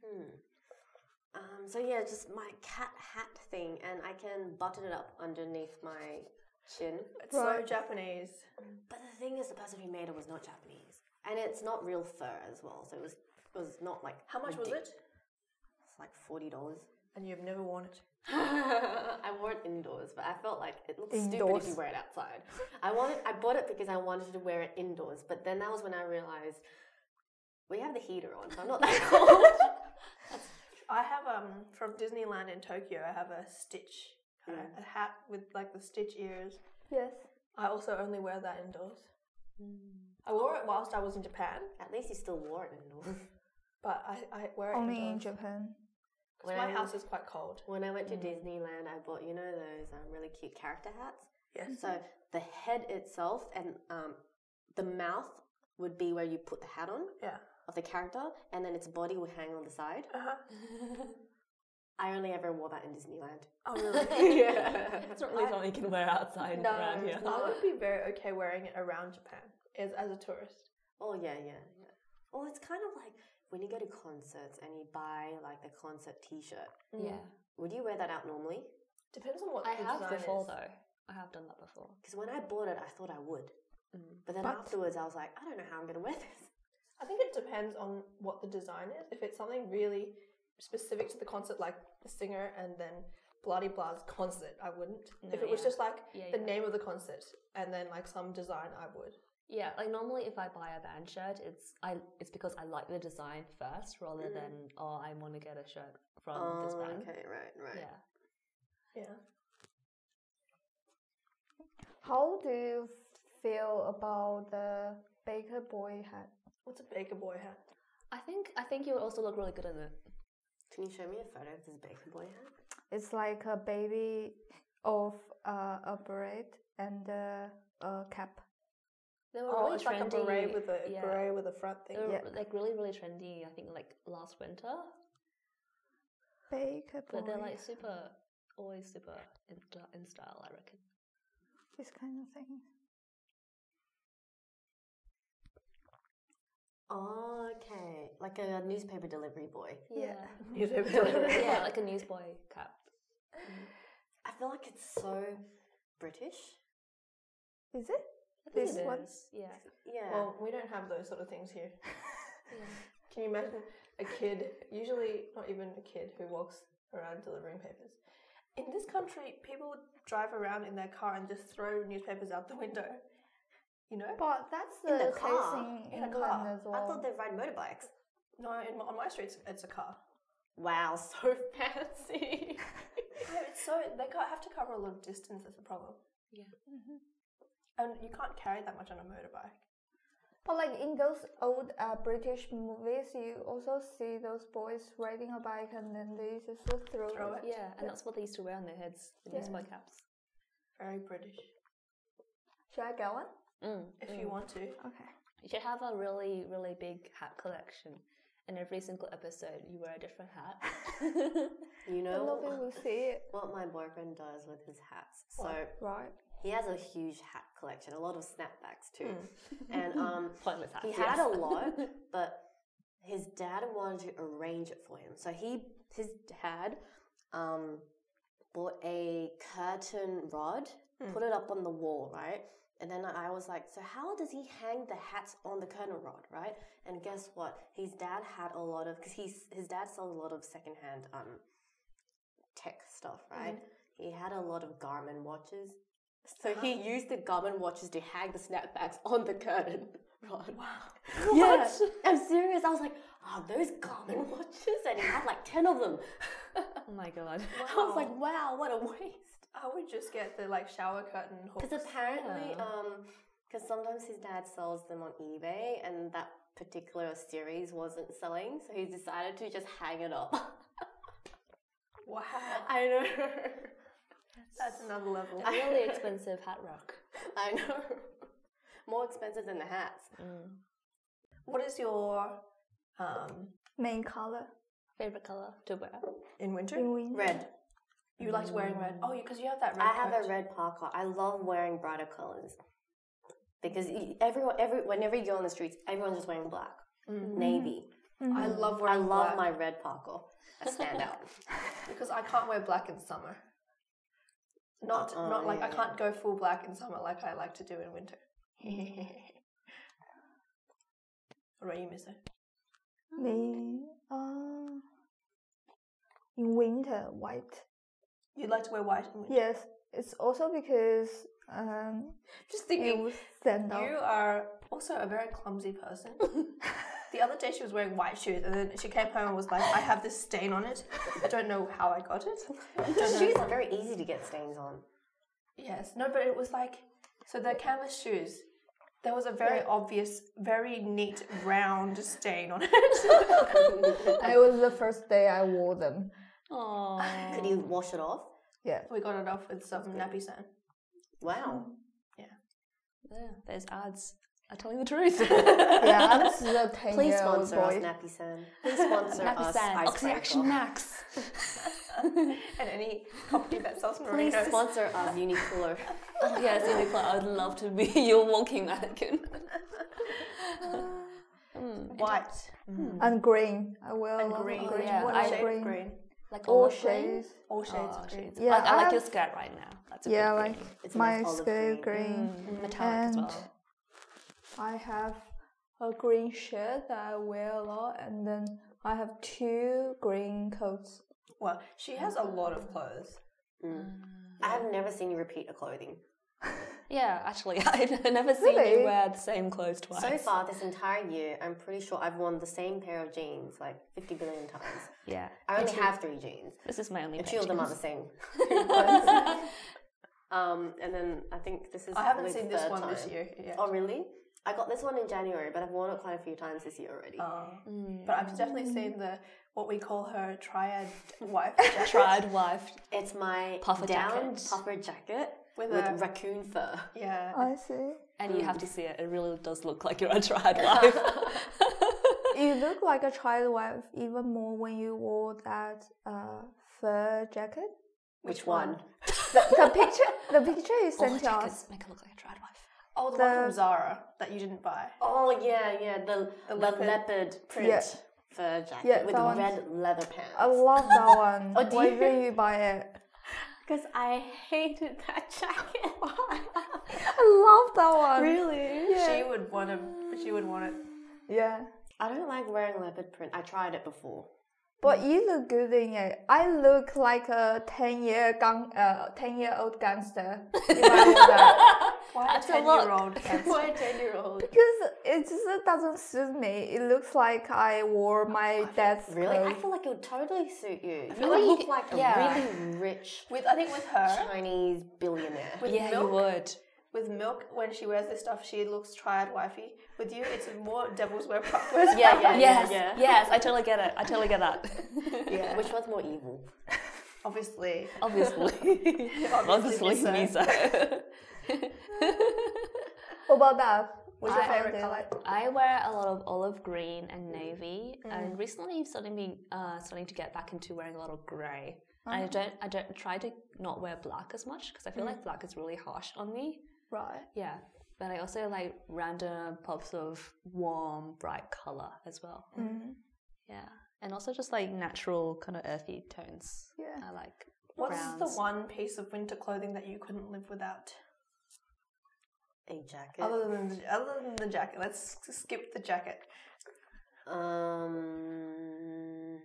Um, so yeah, just my cat hat thing, and I can button it up underneath my chin. It's so Right. Japanese. But the thing is, the person who made it was not Japanese, and it's not real fur as well. So it was it was not like How much was ridic- it? It's like forty dollars. And you've never worn it. *laughs* I wore it indoors, but I felt like it looks stupid if you Indoors. wear it outside. I wanted, I bought it because I wanted to wear it indoors, but then that was when I realized we have the heater on, so I'm not that *laughs* cold. I have um from Disneyland in Tokyo. I have a stitch, kind of Hmm. a hat with like the stitch ears. Yes. I also only wear that indoors. Hmm. I wore it whilst I was in Japan, At least you still wore it indoors. *laughs* but I, I wear it Only indoors. in Japan. 'Cause When my I- house is quite cold. When I went to Disneyland, I bought you know those um, really cute character hats. Yes. So the head itself and um, the mouth would be where you put the hat on Yeah. of the character, and then its body would hang on the side. Uh huh. *laughs* I only ever wore that in Disneyland. Oh really? *laughs* yeah. It's not really something you can wear outside No, around it's here. I would be very okay wearing it around Japan as as a tourist. Oh yeah, yeah, yeah. Well, it's kind of like when you go to concerts and you buy like the concert T-shirt. Yeah. Mm. Would you wear that out normally? Depends on what I the have design before is. though. I have done that before. Because when I bought it, I thought I would, but then But- afterwards I was like, I don't know how I'm gonna wear this. I think it depends on what the design is. If it's something really specific to the concert, like the singer and then bloody blah's concert, I wouldn't. if it was yeah. just like Yeah, the yeah. name of the concert and then like some design, I would. Yeah, like normally if I buy a band shirt, it's I it's because I like the design first rather Mm. than oh I want to get a shirt from this Oh, brand. okay, right, right. Yeah. Yeah. How do you feel about the baker boy hat? What's a baker boy hat? I think I think you would also look really good in it. Can you show me a photo of this baker boy hat? It's like a baby of uh, a braid and uh, a cap. They were Oh, really it's trendy. like a beret with a yeah. Oh. beret with a front thing. *laughs* They were Yeah. like really really trendy. I think like last winter, Baker boy. but they're like super always super in, st- in style. I reckon. this kind of thing. Oh, okay. Like a newspaper delivery boy. Yeah. Yeah. yeah, like a newsboy cap. I feel like it's so British. Is it? I think This it one? is, Yeah. Yeah. Well, we don't have those sort of things here. Can you imagine a kid, usually not even a kid, who walks around delivering papers? In this country, people drive around in their car and just throw newspapers out the window. You know? But that's In the, the case car. in In the England car. as well. Oh, I thought they ride motorbikes. No, in, on my street, it's- it's a car. Wow, *laughs* so fancy. No, it's so they can't have to cover a lot of distance. That's the problem. Yeah. And you can't carry that much on a motorbike. But like in those old uh, British movies, you also see those boys riding a bike and then they just throw, Throw it. Yeah, and that's what they used to wear on their heads, the newsboy caps. Very British. Should I get one? Mm. If you want to. Okay. You should have a really, really big hat collection. And every single episode, you wear a different hat. You Then nobody know will see it, what my boyfriend does with his hats. So right? he has a huge hat collection, a lot of snapbacks too. Hmm. *laughs* And um Pointless hats. he yes. had *laughs* a lot, but his dad wanted to arrange it for him. So he his dad um bought a curtain rod, put it up on the wall, right? And then I was like, so how does he hang the hats on the curtain rod, right? And guess what? His dad had a lot of because he's his dad sold a lot of secondhand um tech stuff, right? He had a lot of Garmin watches. Hmm. So he used the Garmin watches to hang the snapbacks on the curtain *laughs* rod. Wow. Yeah, I'm serious. I was like, are those Garmin *laughs* watches? And he had like 10 of them. Oh my *laughs* god. I was like, wow, what a waste. I would just get the like shower curtain hooks. Because apparently, um, because sometimes his dad sells them on eBay, and that particular series wasn't selling, so he decided to just hang it up. *laughs* Wow, I know, *laughs* that's another level. Really expensive hat rack. I know. More expensive than the hats. What is your um Main color Favorite color to wear? in winter? in winter. Red. You liked wearing red. Oh, because you have that red. I have a coat. red parka. I love wearing brighter colors because e- everyone, every whenever you go on the streets, everyone's just wearing black, I navy. love Mm-hmm. I wearing. love black my red parka. I stand out. because I can't wear black in summer. Not Uh-uh, not like I yeah, can't go full black in summer like I like to do in *laughs* winter. what about you, Mister? Me, uh, in winter, white. You like to wear white in winter. Yes, it's also because um, Just it thinking, will stand out. you are also a very clumsy *laughs* person. the other day she was wearing white shoes, and then she came home and was like, "I have this stain on it. I don't know how I got it." I don't *laughs* know Shoes are very easy to get stains on. Yes, no, but it was like so the canvas shoes. There was a very obvious, very neat round stain on it. it was the first day I wore them. Aww. Could you wash it off? Yeah. we got it off with some nappy sand. Wow. Yeah, there's ads. I tell you the truth. *laughs* Yeah, I'm still a 10 Please year old sponsor us, boy. Nappy San. Please sponsor us, Oxy-Action Icebreaker. Max. *laughs* And any company that sells Please merinos. sponsor us, Uniqlo. yes, Uniqlo. I would love to be *laughs* your walking mannequin. White And green. I wear and a lot green. of green. yeah, What What is shade green? of green? Like All olive green? shades. All shades Oh, of green. shades. Yeah, I, I I like have- your skirt right now. That's a Yeah, good like thing. It's my nice olive sky green. green. metallic as and- well. I have a green shirt that I wear a lot, and then I have two green coats. Well, she has a lot of clothes. I have never seen you repeat a clothing. Yeah, actually, *laughs* I've never seen you Really? wear the same clothes twice. So far this entire year, I'm pretty sure I've worn the same pair of jeans like 50 billion times. yeah, I only have three jeans. this is my only. And two of them picture. are the same. *laughs* um, and then I think this is. I haven't Luke's seen this third one this time. year yet. Oh really? I got this one in January, but I've worn it quite a few times this year already. Oh. Mm. But I've definitely seen the what we call her triad wife *laughs* Tried wife. it's my Puffer down jacket. puffer jacket With with, a- raccoon fur. Yeah. I see. And you have to see it. It really does look like you're a tried wife. *laughs* you look like a child wife even more when you wore that uh, fur jacket. *laughs* Which one? The, the picture, the picture you All sent to us. jackets make it look like a tried wife. Oh, the, one from The- Zara that you didn't buy. Oh yeah, yeah, the the, leopard leopard, print Yeah. fur jacket Yeah, with that one. red leather pants. I love that one. Oh, do Why you? didn't you buy it? Because I hated that jacket. *laughs* Why? I love that one. really? She would want to. She would want it. Yeah. I don't like wearing leopard print. I tried it before. But you look good in it. I look like a ten year gun, uh, ten year old *laughs* gangster. if I wore that. Why a That's a ten year old cancer? a ten year old. Because it just doesn't suit me. It looks like I wore my dad's Really? I clothes. feel like it would totally suit you. You like would you- look like a yeah. really rich With I think with her Chinese billionaire. *laughs* with yeah, milk you would. with milk when she wears this stuff she looks triad wifey. With you it's more devil's wear proper. *laughs* yeah, yeah, Yes, yeah, yeah. yes, I totally get it. I totally get that. *laughs* Which one's more evil? *laughs* Obviously. Obviously. Obviously, Obviously, me, Lisa. so. What about that? What's your favorite color? I wear a lot of olive green and navy, and recently starting being uh, starting to get back into wearing a lot of gray. I don't I don't try to not wear black as much because I feel like black is really harsh on me. Right. Yeah, but I also like random pops of warm, bright color as well. Yeah, and also just like natural kind of earthy tones. Yeah. I like. What's the rounds. one piece of winter clothing that you couldn't live without? A jacket. Other than the, other than the jacket, let's s- skip the jacket. Um,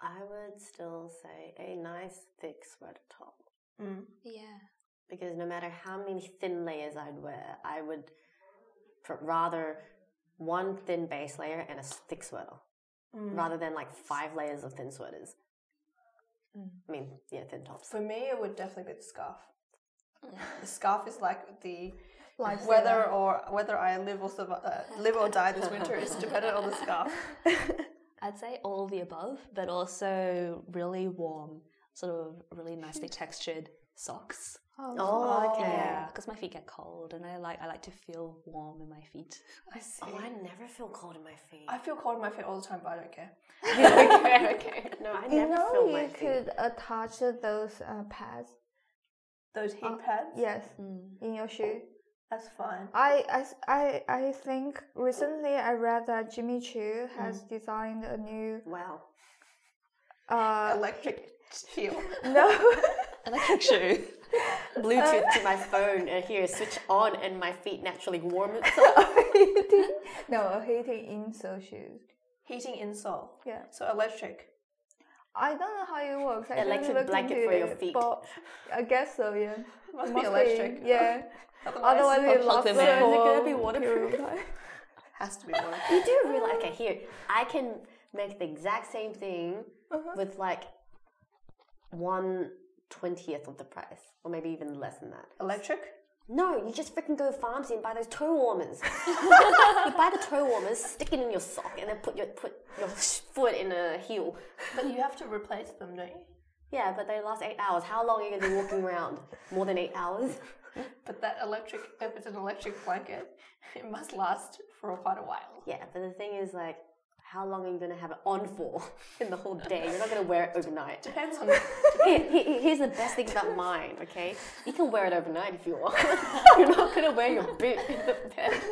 I would still say a nice thick sweater top Mm. Yeah. because no matter how many thin layers I'd wear, I would pr- rather one thin base layer and a s- thick sweater Mm. rather than like five layers of thin sweaters. I mean, yeah, thin tops. For me, it would definitely be the *laughs* scarf. The scarf is like the Lifesaver. whether or whether I live or survive, uh, live or die this winter is dependent on the *laughs* scarf. I'd say all of the above, but also really warm, sort of really nicely textured socks. Oh, okay. Yeah, because my feet get cold, and I like I like to feel warm in my feet. *laughs* I see. Oh, I never feel cold in my *laughs* feet. I feel cold in my feet all the time, but I don't care. okay, okay. No, I You never know, feel my you feet. could attach those uh, pads. Those heat Uh, pads, Yes, Hmm. Mm. in your shoe. that's fine. I, I s- I- I think recently I read that Jimmy Choo Hmm. has designed a new Wow. uh *laughs* Electric feel. no Electric *laughs* shoe. Bluetooth to my phone and here switch on and my feet naturally warm oh, itself. heating no a heating insole shoes. *laughs* Heating insole. Yeah, So electric. I don't know how it works. I didn't Electric look blanket into for your it, feet. But I guess so. Yeah, Must, be electric. Yeah, Otherwise, otherwise it it plug lasts them for in. Is it gonna be a waterproof? period of time. has to be warm. you do realize, okay, here, I can make the exact same thing with like one twentieth of the price, or maybe even less than that. electric. No, you just freaking go pharmacy and buy those toe warmers. you buy the toe warmers, stick it in your sock, and then put your put your *laughs* foot in a heel. But you have to replace them, don't you? Yeah, but they last eight hours. How long are you gonna be walking around? More than eight hours? But that electric, if it's an electric blanket, *laughs* it must last for quite a while. Yeah, but the thing is, like, how long are you going to have it on for *laughs* in the whole day? You're not going to wear it overnight. *laughs* Depends on. *laughs* Here- here- Here's the best thing about mine, okay? You can wear it overnight if you want. *laughs* You're not going to wear your boot in the bed.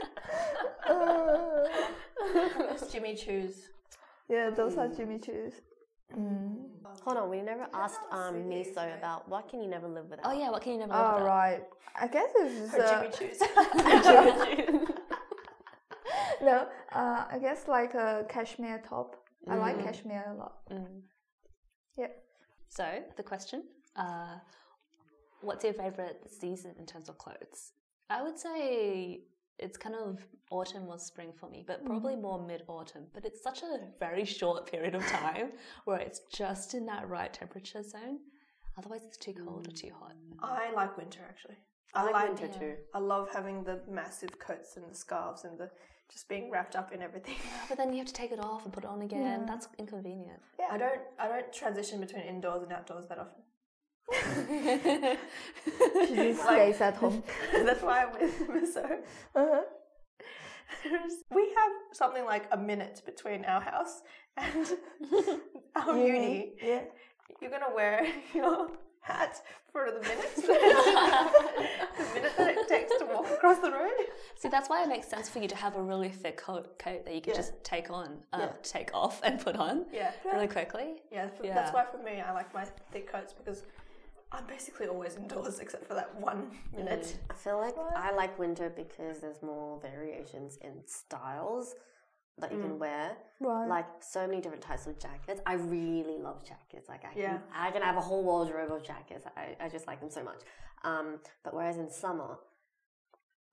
It's Jimmy Choo's. yeah, those are Jimmy Choo's. Hold on, we never asked um, Miso about what can you never live without. Oh yeah, what can you never live All without? right, I guess it's Her uh, Jimmy *laughs* Choo's. no. Uh, I guess like a cashmere top. I like cashmere a lot. Mm. Yeah. So the question: uh, What's your favorite season in terms of clothes? I would say it's kind of autumn or spring for me, but probably more mid autumn. But it's such a very short period of time *laughs* where it's just in that right temperature zone. Otherwise, it's too cold or too hot. I like winter actually. I, I like like winter too. I love having the massive coats and the scarves and the just being wrapped up in everything. *laughs* But then you have to take it off and put it on again. That's inconvenient. I don't. I don't transition between indoors and outdoors that often. She *laughs* just stays at home. *laughs* That's why I'm with Miso. Uh-huh. *laughs* we have something like a minute between our house and *laughs* our *laughs* uni. Yeah. You're gonna wear *laughs* your hat for the *laughs* minute, *laughs* the minute that it takes to walk across the road. See, that's why it makes sense for you to have a really thick coat, coat that you can Yeah. just take on, uh, Yeah. take off, and put on Yeah, really quickly. yeah, f- Yeah. That's why for me, I like my thick coats because I'm basically always indoors except for that one minute. Mm. I feel like I like winter because there's more variations in styles that you can wear. Right. Like so many different types of jackets. I really love jackets. Like I can, Yeah. I can have a whole wardrobe of jackets. I, I just like them so much. Um, but whereas in summer,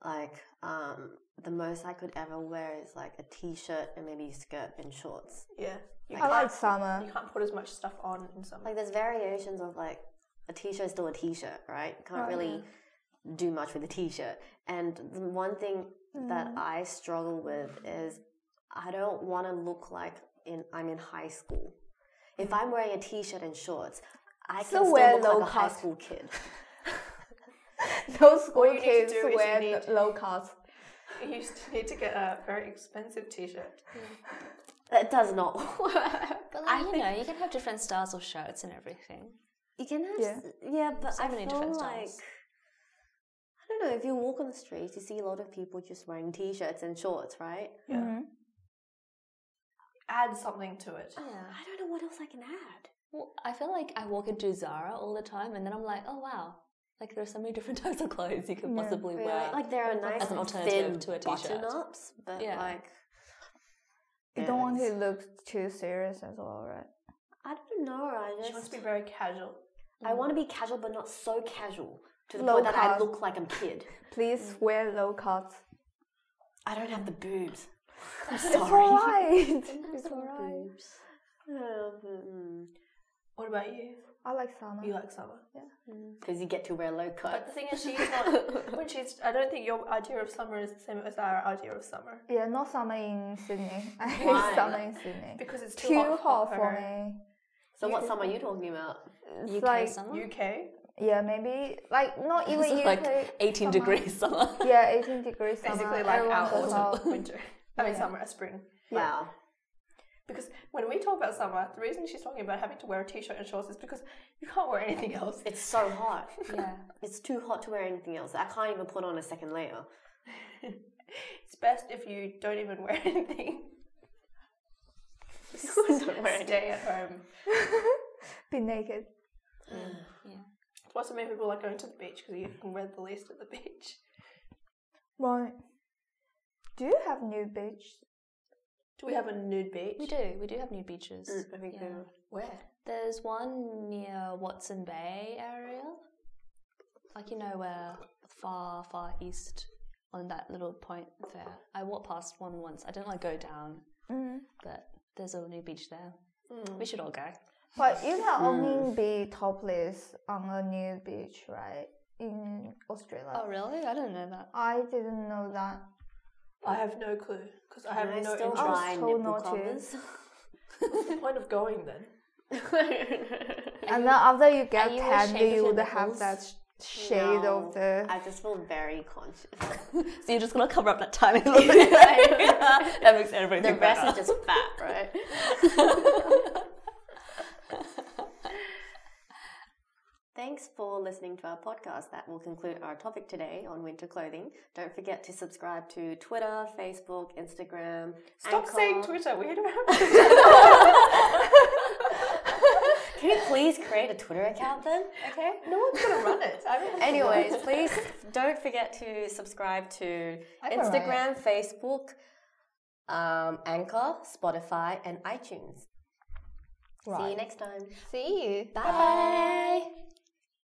like um, the most I could ever wear is like a t-shirt and maybe skirt and shorts. Yeah, you I like can't- summer. You can't put as much stuff on in summer. *laughs* Like there's variations of like a t-shirt is still a t-shirt, right? You Oh, can't really do much with a t-shirt. And the one thing that Mm. I struggle with is I don't want to look like in I'm in high school. If I'm wearing a t-shirt and shorts, I can So still wear look like low a high cut. school kid. *laughs* Those school you need to kids do is you wear need- the low cuts. You used to need to get a very expensive T-shirt. That does not *laughs* work. But like, you know, you can have different styles of shirts and everything. You can have Yeah. yeah, yeah but So I many feel different like styles. I don't know. If you walk on the streets, you see a lot of people just wearing t-shirts and shorts, right? Yeah. Mm-hmm. Add something to it. Oh, I don't know what else I can add. Well, I feel like I walk into Zara all the time, and then I'm like, oh wow, like there are so many different *laughs* types of clothes you could Yeah. possibly Really, wear. like there are nice an alternative thin to a t-shirt. button ups, but Yeah. like You don't want yes. to look too serious as well, right? I don't know. I She wants just to be very casual. I want to be casual, but not so casual to the Low point that I cost. look like I'm kid. Please wear low cuts. I don't have the *laughs* boobs. I'm It's sorry. alright. Have it's some alright. boobs. What about you? I like summer. You like summer. Because you get to wear low But the cut. thing is, she's *laughs* not. when she's, I don't think your idea of summer is the same as our idea of summer *laughs* Yeah, not summer in Sydney. *laughs* I Why? hate summer in Sydney. because it's too, Too hot, for her. me. So what summer are you talking about? It's UK like summer. UK. yeah, maybe like not even This is UK like 18 summer. degrees summer. *laughs* Yeah, 18 degrees summer. Basically, like everyone our goes autumn, out. *laughs* winter. I mean, Yeah. summer, uh, spring. Wow. Because when we talk about summer, the reason she's talking about having to wear a t-shirt and shorts is because you can't wear anything else. It's so hot. yeah. It's too hot to wear anything else. I can't even put on a second layer. *laughs* It's best if you don't even wear *laughs* anything. Don't wear anything. Stay at home. Be naked. It's also many people like going to the beach because you can wear the least at the beach. Right. Do you have new beach? Do we have a nude beach? We do. We do have nude beaches. I think Yeah. Where? There's one near Watson Bay area. Like you know where far, far east on that little point there. I walked past one once. I didn't like go down, Mm-hmm. Mm. but there's a new beach there. Mm. We should all go. But you can Hmm. only be topless on a new beach, right? In Australia. Oh really? I didn't know that. I didn't know that. I have no clue because I have I no still interest. ask? buy so nipple naughty. covers. What's the point of going then? and then after you get you tan, ashamed of you your would have nipples? that sh- shade No, of the. I just feel very conscious. So you're just gonna cover up that tiny *laughs* little bit. *laughs* that makes everything The rest is better. just fat, right? *laughs* Thanks for listening to our podcast. That will conclude our topic today on winter clothing. Don't forget to subscribe to Twitter, Facebook, Instagram. Stop Anchor. saying Twitter. We don't have. *laughs* Can you please create a *laughs* Twitter account then? Okay. no one's gonna run it. I mean, *laughs* Anyways, please don't forget to subscribe to I'm alright. Instagram, Facebook, um, Anchor, Spotify, and iTunes. See you Right. next time. See you. Bye.